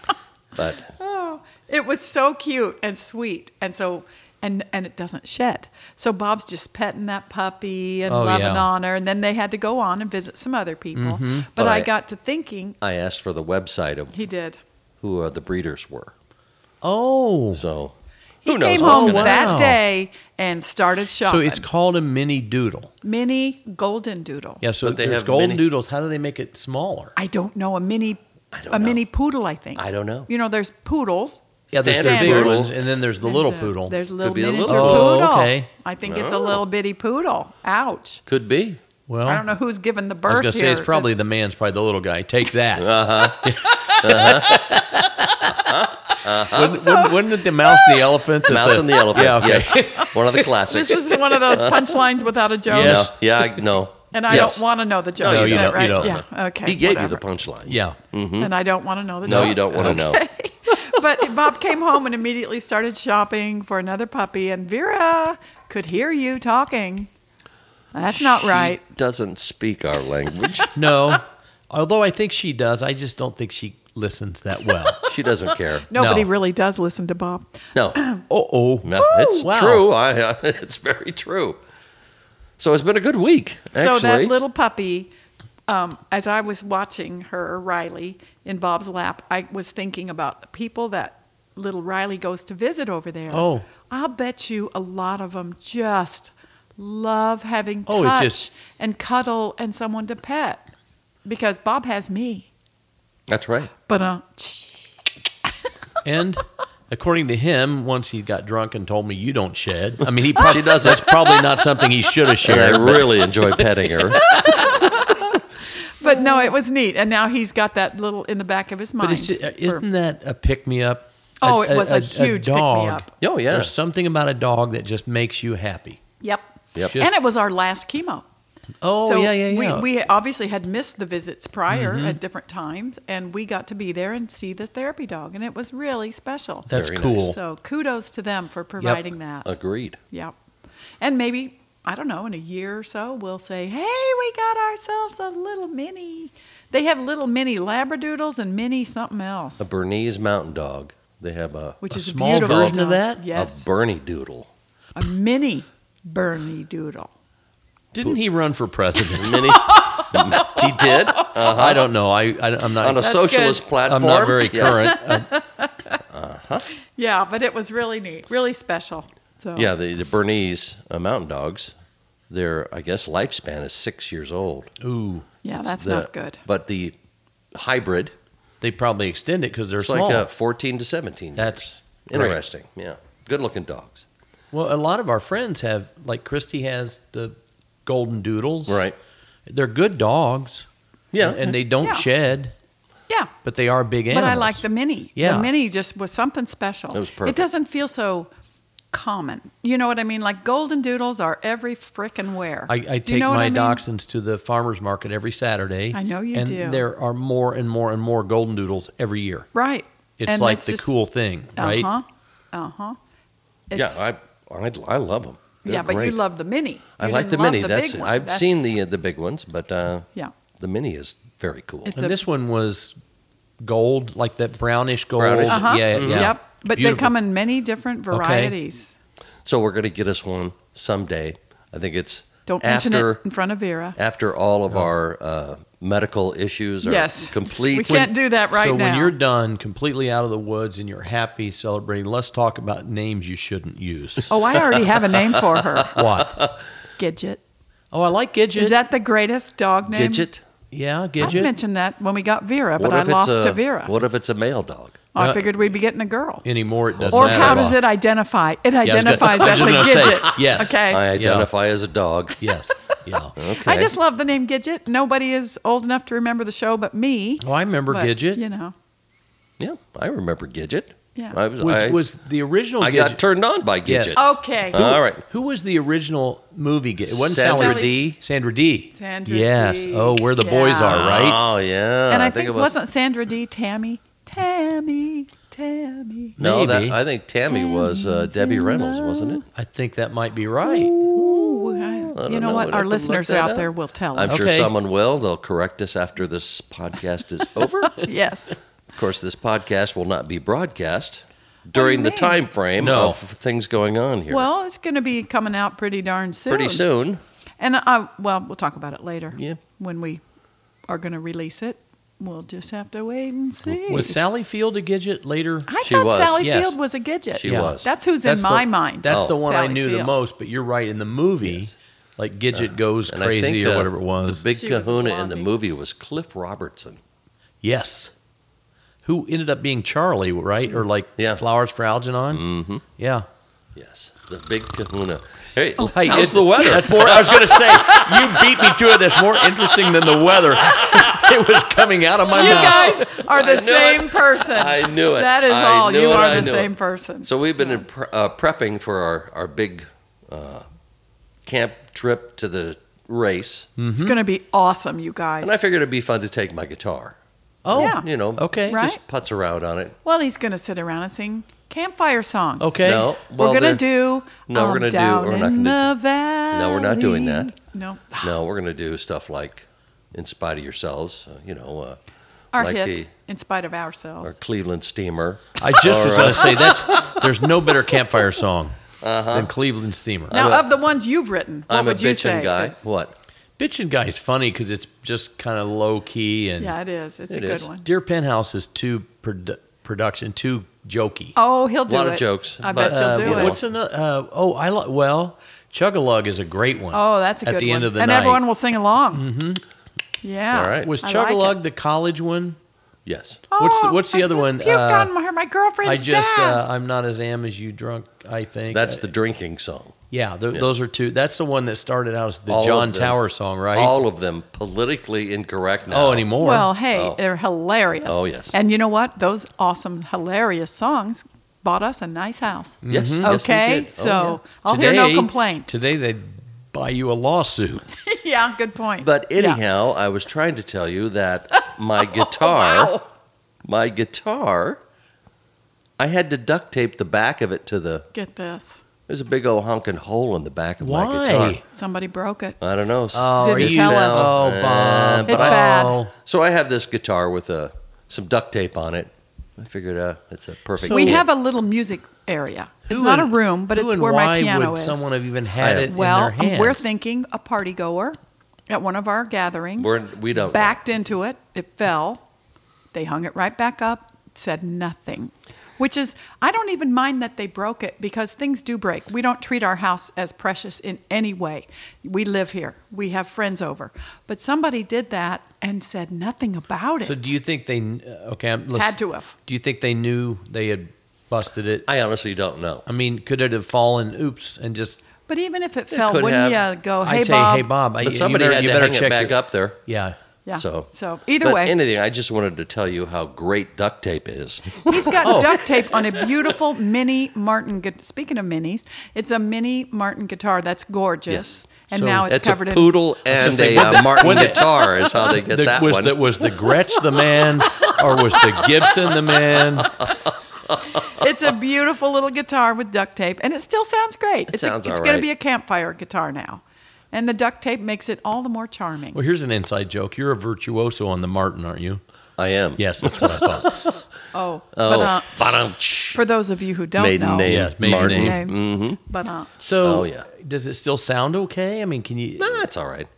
A: but
B: Oh, it was so cute and sweet, and so and and it doesn't shed. So Bob's just petting that puppy and
C: Oh,
B: loving
C: yeah. Mm-hmm.
B: on her, and then they had to go on and visit some other people. But,
A: But
B: I,
A: I-
B: got to thinking,
A: I asked for the website of
B: he did.
A: who uh, the breeders were.
C: Oh.
A: So
B: He
A: who knows
B: came
A: what's
B: home
A: gonna
C: wow.
A: happen?
B: that day and started shopping.
C: So it's called a mini doodle.
B: mini golden doodle.
C: Yeah, so
A: But they
C: there's
A: have
C: golden
A: mini-
C: doodles. How do they make it smaller?
B: I don't know a mini,
A: I don't
B: a
A: know.
B: mini poodle. I think
A: I don't know.
B: You know, there's poodles.
C: Yeah, there's the
B: Standard
C: big
A: poodle.
C: ones, and then there's the
B: There's
C: little
B: a-
C: poodle.
B: There's a little
A: be a
B: miniature
A: little
C: poodle.
B: poodle.
C: Oh, okay.
B: I think it's a
A: Oh.
B: little bitty poodle. Ouch.
A: Could be.
C: well,
B: I don't know who's given the birth
C: I was gonna say it's
B: here.
C: probably the man's probably the little guy. Take that. Uh-huh. Uh-huh. wouldn't, wouldn't, wouldn't it the mouse, the elephant,
A: The mouse and the elephant.
C: Yeah, okay.
A: Yes, one of the
B: This
A: classics.
B: is one of those punchlines without a joke.
C: Yes.
A: No, yeah, I- no.
B: And I
A: Yes.
B: don't want to know the joke.
A: No,
B: is
A: you
B: that
C: don't- you
B: right?
C: don't.
B: Yeah. Okay.
A: He gave you
B: whatever.
A: the punchline.
C: yeah.
A: Hmm.
B: And I don't want to know the
A: No,
B: joke.
A: you don't want to know.
B: but Bob came home and immediately started shopping for another puppy, and Vera could hear you talking. That's not
A: She
B: right.
A: Doesn't speak our language.
C: No, although I think she does. I just don't think she listens that well.
A: she doesn't care.
B: Nobody
C: no.
B: really does listen to Bob.
A: No.
C: oh, oh,
A: No, it's
C: Wow.
A: true. I, uh, it's very true. So it's been a good week, actually.
B: So that little puppy, um, as I was watching her, Riley, in Bob's lap, I was thinking about the people that little Riley goes to visit over there.
C: Oh.
B: I'll bet you a lot of them just love having
C: Oh, it's
B: touch
C: just-
B: and cuddle and someone to pet because Bob has me.
A: That's right.
B: But uh,
C: And according to him, once he got drunk and told me you don't shed. I mean, he probably
A: She doesn't.
C: That's probably not something he should have
A: And I
C: shared.
A: really enjoy petting her.
B: but no, it was neat. And now he's got that little in the back of his mind.
C: But it's, uh,
B: for-
C: isn't that a pick me up?
B: Oh, it was a huge pick me
C: dog.
B: up.
A: Oh, yeah.
C: There's something about a dog that just makes you happy.
B: yep.
A: Yep.
B: And it was our last chemo.
C: Oh
B: so
C: yeah, yeah, yeah. Mm-hmm.
B: We, we obviously had missed the visits prior at different times, and we got to be there and see the therapy dog, and it was really special.
C: That's
A: Very nice.
C: cool.
B: so kudos to them for providing that.
A: Agreed.
B: yeah, and maybe I don't know in a year or so we'll say, hey, we got ourselves a little mini. They have little mini labradoodles and mini something else,
A: A Bernese mountain dog. They have a,
B: which
C: a
B: is
C: small
B: a beautiful
C: version of
B: dog.
C: that?
A: a
B: Yes,
A: Bernie doodle.
B: a mini Bernie Doodle.
C: Didn't he run for president?
A: Mini, he did Uh-huh.
C: I don't know. I, I am
A: on a
C: not.
B: That's
A: socialist
B: good.
A: platform.
C: I'm not very
A: Yes.
C: current. Uh,
B: Yeah, but it was really neat, really special. So
A: Yeah, the, the Bernese uh, mountain dogs, their, I guess, lifespan is six years old.
C: Uh, ooh,
B: yeah, that's
A: The-
B: not good.
A: But the hybrid,
C: they probably extend it because they're
A: it's
C: small.
A: like uh 14 to 17.
C: That's great.
A: Interesting. Yeah. Good looking dogs.
C: Well, a lot of our friends have, like Christy has the golden doodles.
A: Right.
C: They're good dogs.
A: Yeah.
C: And, and they don't
B: Yeah.
C: shed,
B: Yeah.
C: but they are big animals.
B: But I like the mini.
C: Yeah.
B: The mini just was something special.
A: It was perfect.
B: doesn't feel so common. You know what I mean? Like golden doodles are every frickin' where.
C: I, I
B: Do
C: take
B: you know what
C: my
B: I mean?
C: dachshunds to the farmers market every Saturday.
B: I know you
C: and
B: do.
C: There are more and more and more golden doodles every year.
B: Right.
C: It's
B: And
C: like the
B: just-
C: cool thing, right?
B: Uh-huh. Uh-huh.
A: yeah,
B: It's-
A: I, I, I love them.
B: yeah, but you love the mini. You
A: I like
B: didn't
A: the
B: love
A: mini. That's
B: big one.
A: I've
B: That's-
A: seen the uh, the big ones, but uh,
B: Yeah.
A: the mini is very cool.
B: It's-
C: and
B: a-
C: this one was gold, like that brownish gold.
A: Brownish.
B: Uh-huh.
C: Yeah, yeah.
B: Yep. But
C: Beautiful.
B: they come in many different varieties.
A: so we're gonna get us one someday. I think it's
B: Don't
A: after
B: mention it in front of Vera.
A: after all of our uh, medical issues are
B: Yes.
A: complete.
B: We can't do that right
C: so
B: now.
C: when you're done, completely out of the woods, and you're happy celebrating, let's talk about names you shouldn't use.
B: Oh, I already have a name for her.
C: what?
B: Gidget.
C: Oh, I like Gidget.
B: Is that the greatest dog name?
A: Gidget?
C: Yeah, I'll get
B: I
C: you.
B: mentioned that when we got Vera, but I lost
A: a,
B: to Vera. Oh,
A: What if it's a male dog?
B: I
C: Uh,
B: figured we'd be getting a girl.
C: Anymore, it doesn't
B: Or
C: matter.
B: how does it identify? It
C: was gonna-
B: identifies
C: I was
B: as a
C: just gonna say,
B: gidget.
C: yes.
B: Okay.
A: I
B: I,
C: Yeah.
A: identify as a dog.
C: Yes. Yeah.
A: Okay.
B: just love the name Gidget. Nobody is old enough to remember the show but me.
C: Oh, I remember
B: but,
C: Gidget.
B: You know.
A: yeah, I remember Gidget.
B: Yeah.
A: I was, I,
C: was, was the original
A: I
C: Gidget.
A: got turned on by
C: Yes.
A: Gidget.
B: Okay.
A: All right.
C: Who was the original movie? Gidget? It wasn't
A: Sandra
C: Sally,
A: D.
C: Sandra D.
B: Sandra
C: yes.
B: D.
C: Oh, where the boys
B: Yeah.
C: are, right?
A: Oh yeah.
B: and I, think,
A: it was.
B: wasn't Sandra D. Tammy? Tammy. Tammy.
A: No, that
C: Maybe.
A: I think Tammy was uh, Debbie Reynolds, wasn't it?
C: I think that might be right.
B: Ooh, I-
A: don't
B: you know,
A: know. We'd
B: what?
A: have
B: Our
A: to look
B: listeners
A: that
B: out
A: up.
B: there will tell
A: I'm
B: us.
A: sure
C: Okay.
A: someone will. They'll correct us after this podcast is over. of
B: yes.
A: course, this podcast will not be broadcast during the
B: man.
A: time frame
C: No.
A: of things going on here.
B: Well, it's going to be coming out pretty darn soon.
A: pretty soon.
B: And I, well, we'll talk about it later.
A: Yeah.
B: When we are going to release it, we'll just have to wait and see.
C: Was Sally Field a Gidget later?
B: I
A: She
B: thought
A: was,
B: Sally
C: yes.
B: Field was a gidget.
A: She Yeah. was.
B: That's who's
C: That's
B: in
C: the-
B: my mind.
C: That's
A: Oh.
C: the one I
B: Sally
C: knew the
B: Field.
C: most. But you're right. In the movie,
A: Yes. Uh,
C: like Gidget goes
A: And
C: crazy
A: I think
C: or
A: uh,
C: whatever it was.
A: The big
B: She was
A: kahuna in the
B: Blondie.
A: movie was Cliff Robertson.
C: yes. Who ended up being Charlie, right? Or like
A: Yeah.
C: Flowers for Algernon? Mm-hmm. Yeah.
A: Yes, the big kahuna. Hey,
B: Oh,
C: Hey,
A: how's
C: it-
A: the weather?
C: That's more, I was going to say, you beat me to it. That's more interesting than the weather. it was coming out of my
B: You
C: mouth.
B: guys are
A: I
B: the
A: knew
B: same
A: it.
B: person.
A: I knew it.
B: That is
A: I
B: all.
A: knew
B: You
A: it.
B: are
A: I
B: the
A: knew
B: same
A: it.
B: person.
A: So we've been in pre- uh, prepping for our our big uh, camp trip to the race,
B: it's going to be awesome, you guys.
A: mm-hmm. and I figured it'd be fun to take my guitar.
C: oh,
B: Yeah.
A: You know,
C: okay.
B: Right?
A: just putz around on it.
B: well, he's going to sit around and sing campfire songs.
C: Okay.
A: No, well,
B: we're
A: then-
B: gonna do.
A: No, we're
B: um,
A: gonna do-
B: Down
A: we're not
B: in
A: gonna
B: the valley.
A: No, we're not doing that.
B: No,
A: No, we're gonna do stuff like, in spite of yourselves, uh, you know, uh,
B: our
A: like
B: hit,
A: the
B: in spite of
A: our
B: ourselves.
A: Cleveland Steamer.
C: I just was going to say, that's there's no better campfire song
A: Uh-huh.
C: than Cleveland Steamer.
B: now,
A: I'm a-
B: of the ones you've written, what
A: I'm a
B: would you
A: bitchin'
B: say?
A: guy.
B: is-
A: What?
C: Bitchin' Guy is funny because it's just kind of low key. And
B: Yeah, it is. It's
A: It
B: a
A: is.
B: good one.
C: Dear Penthouse is too produ- production, too jokey.
B: Oh, he'll do it.
A: Lot of jokes,
B: I
A: but,
B: bet you'll
A: uh,
B: do
A: you
B: it.
A: know.
C: What's another? Uh, oh, I like. Well, Chug-a-Lug is a great one.
B: oh, that's a
C: at
B: good
C: the
B: one.
C: end of the
B: and
C: night.
B: everyone will sing along. Mm-hmm. Yeah.
A: All right.
C: was
B: I like
C: Chug-a-Lug
B: it.
C: the college one.
A: Yes.
C: What's the-
B: Oh,
C: what's the
B: I
C: other
B: just
C: one?
B: Puked
C: Uh,
B: on my, my girlfriend's
C: I just
B: dad.
C: uh, I'm not as am as you drunk. I think
A: That's
C: Uh,
A: the drinking song.
C: yeah, th-
A: yeah.
C: Those are two. That's the one that started out as the
A: All of
C: John
A: them.
C: Tower song, right?
A: All of them politically incorrect now.
C: oh, anymore.
B: well, hey,
A: Oh.
B: they're hilarious.
A: Oh, yes.
B: And you know what? Those awesome, hilarious songs bought us a nice house.
A: Yes. Mm-hmm.
C: Mm-hmm.
A: yes, they
B: Okay,
A: did. Oh,
B: so
A: yeah.
B: I'll hear no
C: Today-
B: complaint.
C: Today they buy you a lawsuit.
B: yeah, good point.
A: But
B: Yeah. Oh,
A: anyhow, I was trying to tell you that my guitar,
B: Wow.
A: my guitar, I had to duct tape the back of it to the.
B: get this.
A: There's a big old honking hole in the back of my
C: Why?
A: guitar.
B: Somebody broke it.
A: I don't know. s-
C: Oh,
B: Didn't
C: are you
B: tell
A: fell.
B: us.
C: Oh,
A: Eh,
C: Bob.
A: but
B: It's
A: I-
B: bad.
C: Oh.
A: So I have this guitar with uh, some duct tape on it. I figured uh, it's a perfect.
C: So-
B: we
A: kit.
B: have a little music area. It's
C: Who
B: not
C: and-
B: a room, but
C: who
B: it's
C: and
B: where
C: why
B: my piano
C: would
B: is.
C: Someone have even had
A: I-
C: it
B: well,
C: in their hand.
B: we're thinking a party goer at one of our gatherings.
A: We're- we don't know.
B: backed into it. It fell. They hung it right back up. Said nothing. Which is, I don't even mind that they broke it because things do break. We don't treat our house as precious in any way. We live here. We have friends over. But somebody did that and said nothing about it.
C: So do you think they? kn- uh, Okay, I'm- let's,
B: Had to have.
C: Do you think they knew they had busted it? I,
A: I honestly don't know.
C: mean, could it have fallen? Oops, and just
B: but even if it fell,
A: could
B: wouldn't
A: have.
B: you go, hey,
C: I'd say,
B: Bob?
C: hey Bob, I,
A: But somebody
C: you better,
A: had
C: you
A: to
C: better
A: hang
C: check
A: it back
C: your-
A: up there.
C: Yeah,
B: Yeah.
A: So,
B: either
A: but
B: way,
A: anything. I just wanted to tell you how great duct tape is.
B: He's got
A: Oh.
B: duct tape on a beautiful mini Martin. gu- Speaking of minis, it's a mini Martin guitar that's gorgeous,
A: Yes.
B: and
C: So
B: now Oh, it's
A: It's a
B: covered
A: poodle and
C: say,
A: a
C: when
A: uh,
C: the-
A: Martin
C: when the-
A: guitar is how they get
C: The-
A: that
C: was
A: one.
C: the was the Gretsch the man, or was the Gibson the man?
B: in. It's a beautiful little guitar with duct tape, and it still sounds great.
A: It
B: it's
A: sounds
B: a, it's
A: all
B: going to
A: right.
B: be a campfire guitar now, and the duct tape makes it all the more charming.
C: Well, here's an inside joke. You're a virtuoso on the Martin, aren't you?
A: I am.
C: Yes, that's what I thought.
A: Oh,
B: oh, but uh,
A: ba-dum-tsh.
B: for those of you who don't
A: maiden
B: know,
A: name
C: Yeah, maiden
A: Martin. Mm-hmm.
C: name.
B: okay, but uh,
C: So,
A: Oh, yeah.
C: does it still sound okay? I mean, can you?
A: Nah, it's all right.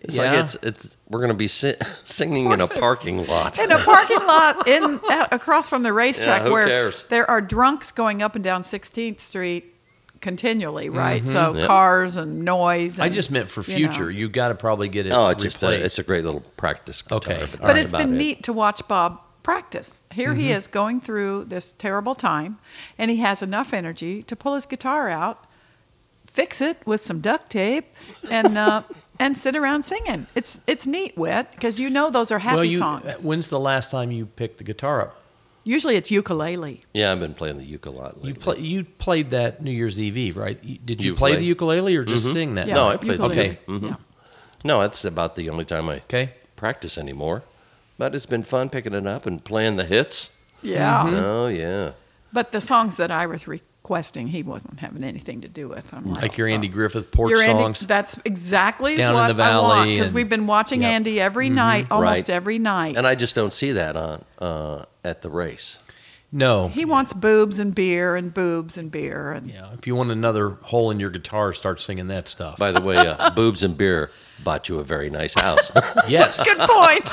A: It's
C: Uh, yeah.
A: like it's it's we're gonna be si- singing in a parking lot.
B: in a parking lot in at, across from the racetrack
A: who
B: where
A: cares?
B: there are drunks going up and down 16th Street continually, right? So
A: Yep.
B: cars and noise. And,
C: I just meant for
B: you know.
C: future. You got to probably get it.
A: Oh, it's just a,
C: replaced.
A: it's a great little practice guitar.
C: Okay.
A: but
C: All
B: But
C: right.
A: that's
B: it's
A: about
B: been
A: it.
B: neat to watch Bob practice. Here he is going through this terrible time, and he has enough energy to pull his guitar out, fix it with some duct tape, and uh, and sit around singing. It's it's neat, Whit, because you know those are happy
C: well, you, uh,
B: songs.
C: When's the last time you picked the guitar up?
B: Usually it's ukulele.
A: Yeah, I've been playing the ukulele. lately.
C: You play, you played that New Year's Eve Eve, right? You- Did you,
A: You
C: play
A: played.
C: the ukulele or just sing that?
B: Yeah,
A: No,
C: night?
A: I played
B: ukulele.
C: Okay.
B: Yeah.
A: No, that's about the only time I
C: Okay.
A: practice anymore. But it's been fun picking it up and playing the hits.
B: Yeah.
A: Oh yeah.
B: But the songs that I was requesting, he wasn't having anything to do with. I'm like,
C: Like your
B: oh.
C: Andy Griffith porch
B: Your Andy-
C: songs.
B: that's exactly
C: Down in
B: what
C: the
B: I want
C: valley
B: because
C: and-
B: we've been watching
C: Yep.
B: Andy every night, almost
A: Mm-hmm. Right.
B: every night.
A: And I just don't see that on uh, at the race.
C: no.
B: He wants boobs and beer and boobs and beer and
C: yeah. If you want another hole in your guitar, start singing that stuff.
A: By the way, uh, boobs and beer bought you a very nice house.
C: yes.
B: good point.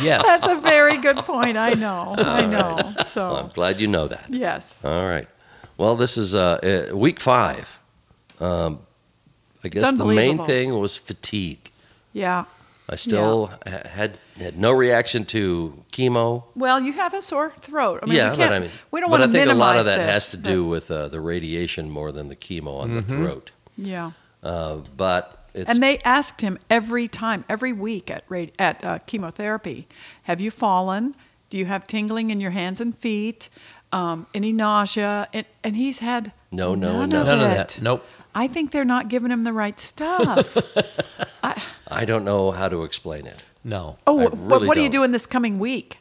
C: yes.
B: That's a very good point. I know. I know. So
A: I'm glad you know that.
B: yes.
A: All right. Well, this is uh, uh, week five. Um, I guess the main
B: unbelievable.
A: thing was fatigue.
B: Yeah.
A: I still ha- had had no reaction to chemo.
B: Well, you have a sore throat. I mean,
A: yeah,
B: we can't,
A: but I mean,
B: we don't
A: but
B: want to
A: I think a
B: minimize
A: lot of that
B: this,
A: has to do with uh, the radiation more than the chemo on the throat.
B: but- yeah.
A: Uh, but it's
B: and they asked him every time, every week at radi- at uh, chemotherapy, have you fallen? Do you have tingling in your hands and feet? Um, any nausea? And, and he's had
A: No, no,
B: none
A: no.
B: of
C: None of
B: it.
C: that. Nope.
B: I think they're not giving him the right stuff.
A: I don't know how to explain it.
C: No.
B: Oh,
A: I
B: but
A: really
B: what are you
A: don't.
B: doing this coming week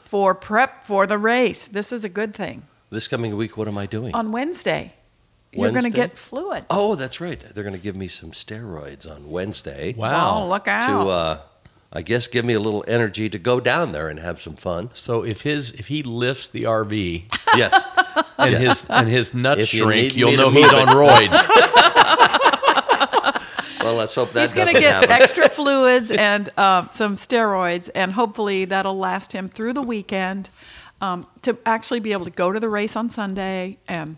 B: for prep for the race? This is a good thing.
A: This coming week, what am I doing?
B: On Wednesday, you're going to
A: Wednesday?
B: get fluid.
A: oh, that's right. They're going to give me some steroids on Wednesday.
C: Wow.
B: Oh, look out.
A: To uh, I guess give me a little energy to go down there and have some fun.
C: So if his if he lifts the RV
A: Yes.
C: and
A: Yes.
C: his and his nuts
A: If you
C: shrink,
A: need
C: you'll
A: me to
C: know
A: move
C: he's
A: it.
C: on roids.
A: well, let's hope that
B: He's going
A: doesn't
B: to get
A: happen.
B: extra fluids and um, some steroids, and hopefully that'll last him through the weekend um, to actually be able to go to the race on Sunday. And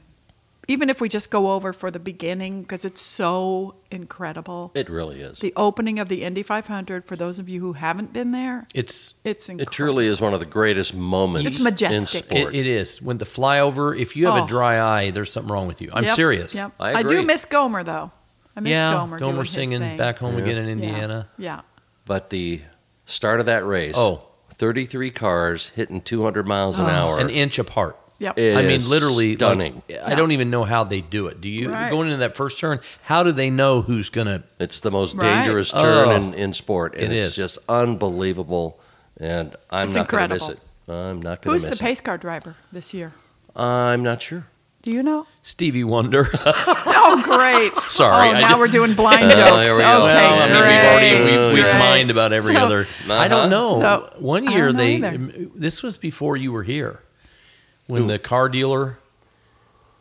B: even if we just go over for the beginning, because it's so incredible.
A: it really is.
B: The opening of the Indy 500, for those of you who haven't been there,
C: It's
B: it's incredible.
A: It truly is one of the greatest moments.
B: It's majestic.
A: In sport.
C: it, it is when the flyover. If you have
B: Oh.
C: a dry eye, there's something wrong with you. I'm
B: Yep,
C: serious.
B: Yep.
A: I
B: do
A: agree.
B: miss Gomer though. I miss
C: yeah,
B: Gomer. doing his
C: singing
B: thing.
C: back home
A: Yeah.
C: again in
B: Yeah,
C: Indiana.
B: Yeah.
A: but the start of that race.
C: Oh.
A: 33 cars hitting 200 miles
B: Oh.
A: an hour.
C: an inch apart.
B: Yep.
A: It
C: I mean,
A: is
C: literally like,
A: stunning.
C: I don't even know how they do it. Do you
B: Right.
C: going into that first turn? How do they know who's gonna?
A: It's the most
B: Right.
A: dangerous turn
C: Oh.
A: in, in sport, and
C: It
A: it's
C: is.
A: just unbelievable. And I'm
B: It's
A: not going to miss it.
B: incredible.
A: I'm not going
B: Who's
A: to
B: the
A: miss
B: pace car driver this year?
A: it. I'm not sure.
B: Do you know?
C: Stevie Wonder.
B: Oh, great.
C: Sorry,
B: Oh,
C: I
B: now
C: did-
B: we're doing blind
A: Uh,
B: jokes.
A: there we go.
B: okay,
C: well, I mean, we've
B: great,
C: already we, we've
B: great.
C: mined about every
B: So-
C: other. I
A: Uh-huh.
C: don't know.
B: So,
C: One
B: I
C: year
B: don't know
C: they.
B: either.
C: This was before you were here, when the car dealer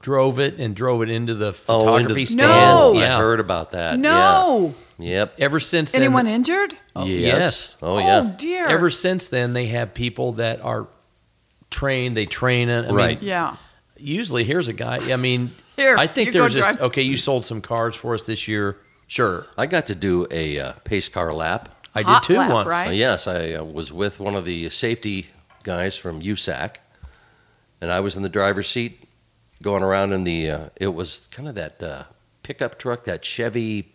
C: drove it and drove it into the
A: Oh, into the
C: photography stand.
B: No.
A: I
C: Yeah.
A: heard about that.
B: No.
A: Yeah. Yep.
C: Ever since then,
B: Anyone injured?
C: Oh,
A: yes.
C: yes.
A: Oh yeah.
B: Oh, dear.
C: ever since then they have people that are trained. They train it. I mean,
A: Right.
B: yeah.
C: usually here's a guy. I mean,
B: Here,
C: I think
B: you go
C: there's just
B: drive.
C: okay. You sold some cars for us this year. Sure,
A: I got to do a uh, pace car lap.
C: I
B: Hot
C: did too
B: lap,
C: once.
A: Uh,
B: right?
A: yes, I uh, was with one of the safety guys from USAC, and I was in the driver's seat, going around in the. Uh, it was kind of that uh, pickup truck, that Chevy.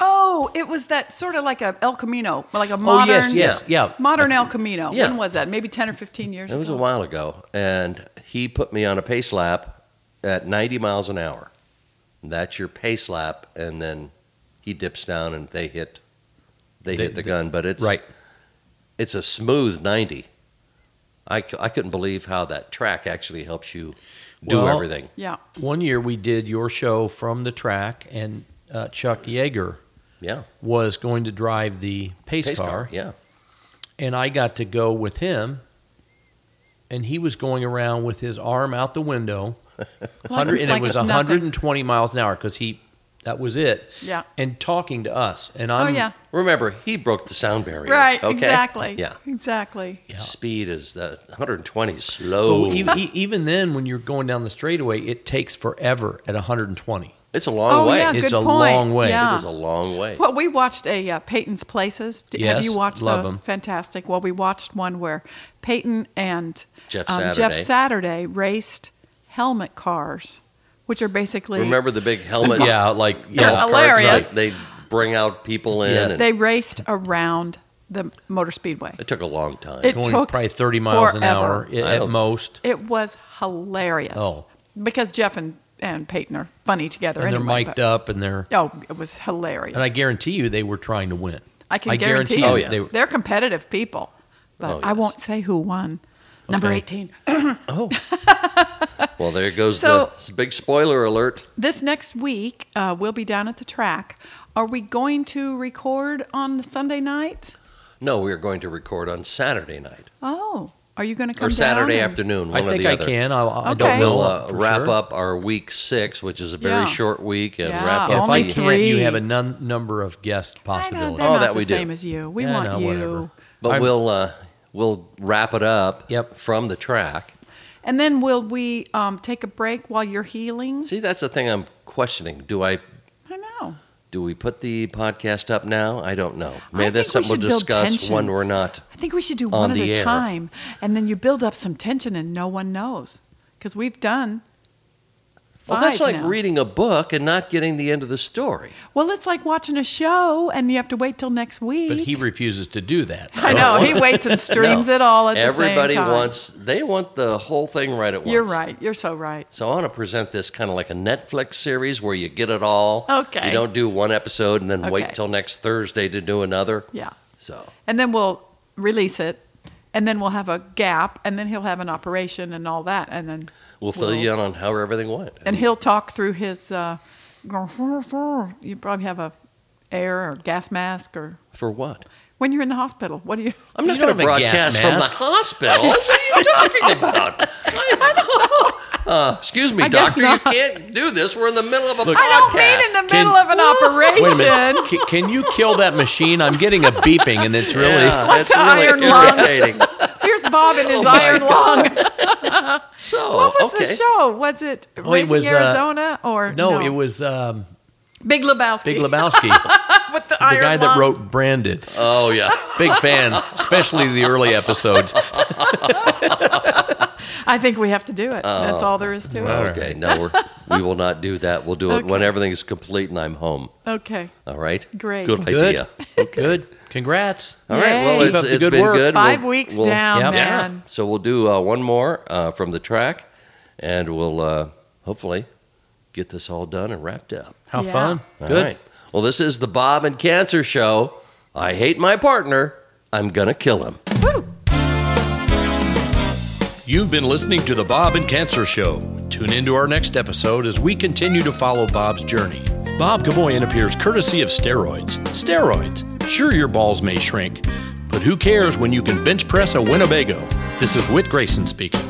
B: Oh, it was that sort of like a El Camino, like a modern,
C: yes, Oh, yes, yeah.
B: modern El Camino.
A: Yeah.
B: When was that? Maybe ten or fifteen years
A: It was
B: ago.
A: a while ago, and he put me on a pace lap at 90 miles an hour. That's your pace lap, and then he dips down and they hit. They,
C: They-
A: hit the
C: they-
A: gun, but it's
C: Right.
A: it's a smooth 90. I, c- I couldn't believe how that track actually helps you do
C: Well,
A: everything.
B: Yeah.
C: One year we did your show from the track, and uh, Chuck Yeager
A: Yeah.
C: was going to drive the pace,
A: Pace
C: car,
A: car. Yeah.
C: and I got to go with him. And he was going around with his arm out the window,
B: Like,
C: 100, and
B: like
C: it was
B: it's nothing.
C: 120 miles an hour because he That was it.
B: Yeah.
C: And talking to us. And
B: Oh
C: I'm
B: yeah.
A: Remember, he broke the sound barrier.
B: Right.
A: okay?
B: Exactly.
A: Yeah.
B: Exactly.
A: Speed is the 120 is slow.
C: Oh, e- e- even then, when you're going down the straightaway, it takes forever at 120.
A: it's a long
B: Oh,
A: way.
B: yeah,
A: It
C: it's
B: good
C: a
B: point.
C: long way.
B: Yeah.
A: is a long way.
B: Well, we watched a uh, Peyton's Places. D- Have
C: Yes,
B: you watched
C: love
B: those?
C: them.
B: Fantastic. Well, we watched one where Peyton and um,
A: Jeff
B: Jeff
A: Saturday.
B: Saturday raced helmet cars, which are basically
A: Remember the big helmet?
C: yeah, like
A: golf
C: yeah,
A: carts?
B: hilarious.
A: Like, they bring out people in.
C: Yes.
A: and
B: they raced around the motor speedway.
A: it took a long time.
B: It
C: going
B: took
C: probably 30 miles an
B: forever.
C: hour i-
A: I
C: at
A: don't-
C: most.
B: It was hilarious.
C: Oh.
B: Because Jeff and, and Peyton are funny together.
C: And they're
B: anyway,
C: mic'd
B: but-
C: up and they're
B: Oh, it was hilarious.
C: and I guarantee you they were trying to win.
B: I can guarantee, you.
A: Oh, yeah.
C: they were,
B: They're competitive people, but
A: Oh,
B: I
A: yes.
B: won't say who won. Number
C: Okay.
B: 18.
A: Oh. well, there goes
B: So-
A: the s- big spoiler alert.
B: This next week, uh, we'll be down at the track. Are we going to record on Sunday night?
A: No, we are going to record on Saturday night
B: Oh, are you going to come
A: or Saturday
B: down and-
A: afternoon, one
C: I
A: or
C: think
A: the
C: I
A: other.
C: can. I, I
B: Okay.
C: don't know.
A: We'll uh,
C: Oh, for
A: wrap
C: sure.
A: up our week six, which is a very
B: Yeah.
A: short week, and
B: Yeah.
A: wrap
C: If
A: up.
C: I
B: Only
A: the-
C: can't, you
B: three.
C: have a nun- number of
B: I
C: guest
B: know,
C: possibilities.
B: they're
A: Oh,
B: not
A: that
B: the
A: we do.
B: same as you. We
C: Yeah,
B: want
C: no,
B: you.
C: whatever.
A: But
C: I'm-
A: we'll uh, we'll wrap it up.
C: Yep.
A: From the track.
B: And then will we um, take a break while you're healing?
A: See, that's the thing I'm questioning. Do I
B: I know.
A: do we put the podcast up now? I don't know. Maybe
B: think
A: that's
B: we
A: something
B: should
A: we'll
B: build
A: discuss
B: tension.
A: when we're not.
B: I think we should do
A: On
B: one at
A: the
B: a
A: air.
B: time, and then you build up some tension, and no one knows because we've done.
A: Well, that's
B: five
A: like
B: now.
A: reading a book and not getting the end of the story.
B: Well, it's like watching a show, and you have to wait till next week.
C: But he refuses to do that.
B: I know he waits and streams
A: No.
B: it all at
A: Everybody
B: the same time.
A: wants they want the whole thing right at once.
B: You're right. You're so right.
A: So I want to present this kind of like a Netflix series where you get it all.
B: Okay.
A: You don't do one episode and then wait
B: Okay.
A: till next Thursday to do another.
B: Yeah,
A: So
B: and then we'll release it, and then we'll have a gap, and then he'll have an operation and all that, and then
A: we'll fill you in on how everything went.
B: and he'll talk through his. Uh, you probably have a air or gas mask or
A: For what?
B: when you're in the hospital. What do you?
A: I'm not
C: You
A: going
C: don't
A: to
C: have a gas
A: broadcast from the
C: mask.
A: hospital. what are you talking about? Uh, excuse me,
B: I guess
A: doctor. You
B: not.
A: can't do this. We're in the middle of a
C: Look-
A: podcast.
B: I don't mean in the
C: Can-
B: middle of an
C: Wait a
B: operation.
C: minute. Can, can you kill that machine? I'm getting a beeping, and it's really.
A: Yeah,
B: What
A: that's
B: the
A: really
B: iron lung?
A: irritating.
B: Here's Bob in his
A: Oh my
B: iron lung.
A: So
B: What was
A: okay.
B: the show? Was it
C: Oh, it
B: Raising
C: was, uh,
B: Arizona or
C: No, it was um,
B: Big Lebowski.
C: Big Lebowski, the
B: with the, iron
C: guy that
B: lung.
C: wrote Branded.
A: Oh yeah.
C: Big fan, especially the early episodes.
B: I think we have to do it. That's all there is to
C: Oh. All
B: it.
C: right.
A: Okay. No, we're, we will not do that. We'll do it when everything is complete and I'm home.
B: Okay.
A: All right.
B: Great.
A: Good,
C: Good.
A: idea.
C: Good. Congrats.
A: All right. Well,
B: Yay.
C: Keep up
A: it's,
C: the
A: it's
C: good
A: been
C: work.
A: good.
B: 5
A: We'll-
B: weeks
A: we'll-
B: down,
C: Yep.
A: Yeah.
B: man.
A: So we'll do uh, one more uh, from the track, and we'll uh, hopefully get this all done and wrapped up.
C: How
B: Yeah.
C: fun.
A: All
C: Good.
A: right. Well, this is the Bob and Cancer Show. I hate my partner. I'm gonna kill him.
B: Woo.
C: You've been listening to The Bob and Cancer Show. Tune in to our next episode as we continue to follow Bob's journey. Bob Kavoyan appears courtesy of steroids. Steroids. Sure, your balls may shrink, but who cares when you can bench press a Winnebago? This is Whit Grayson speaking.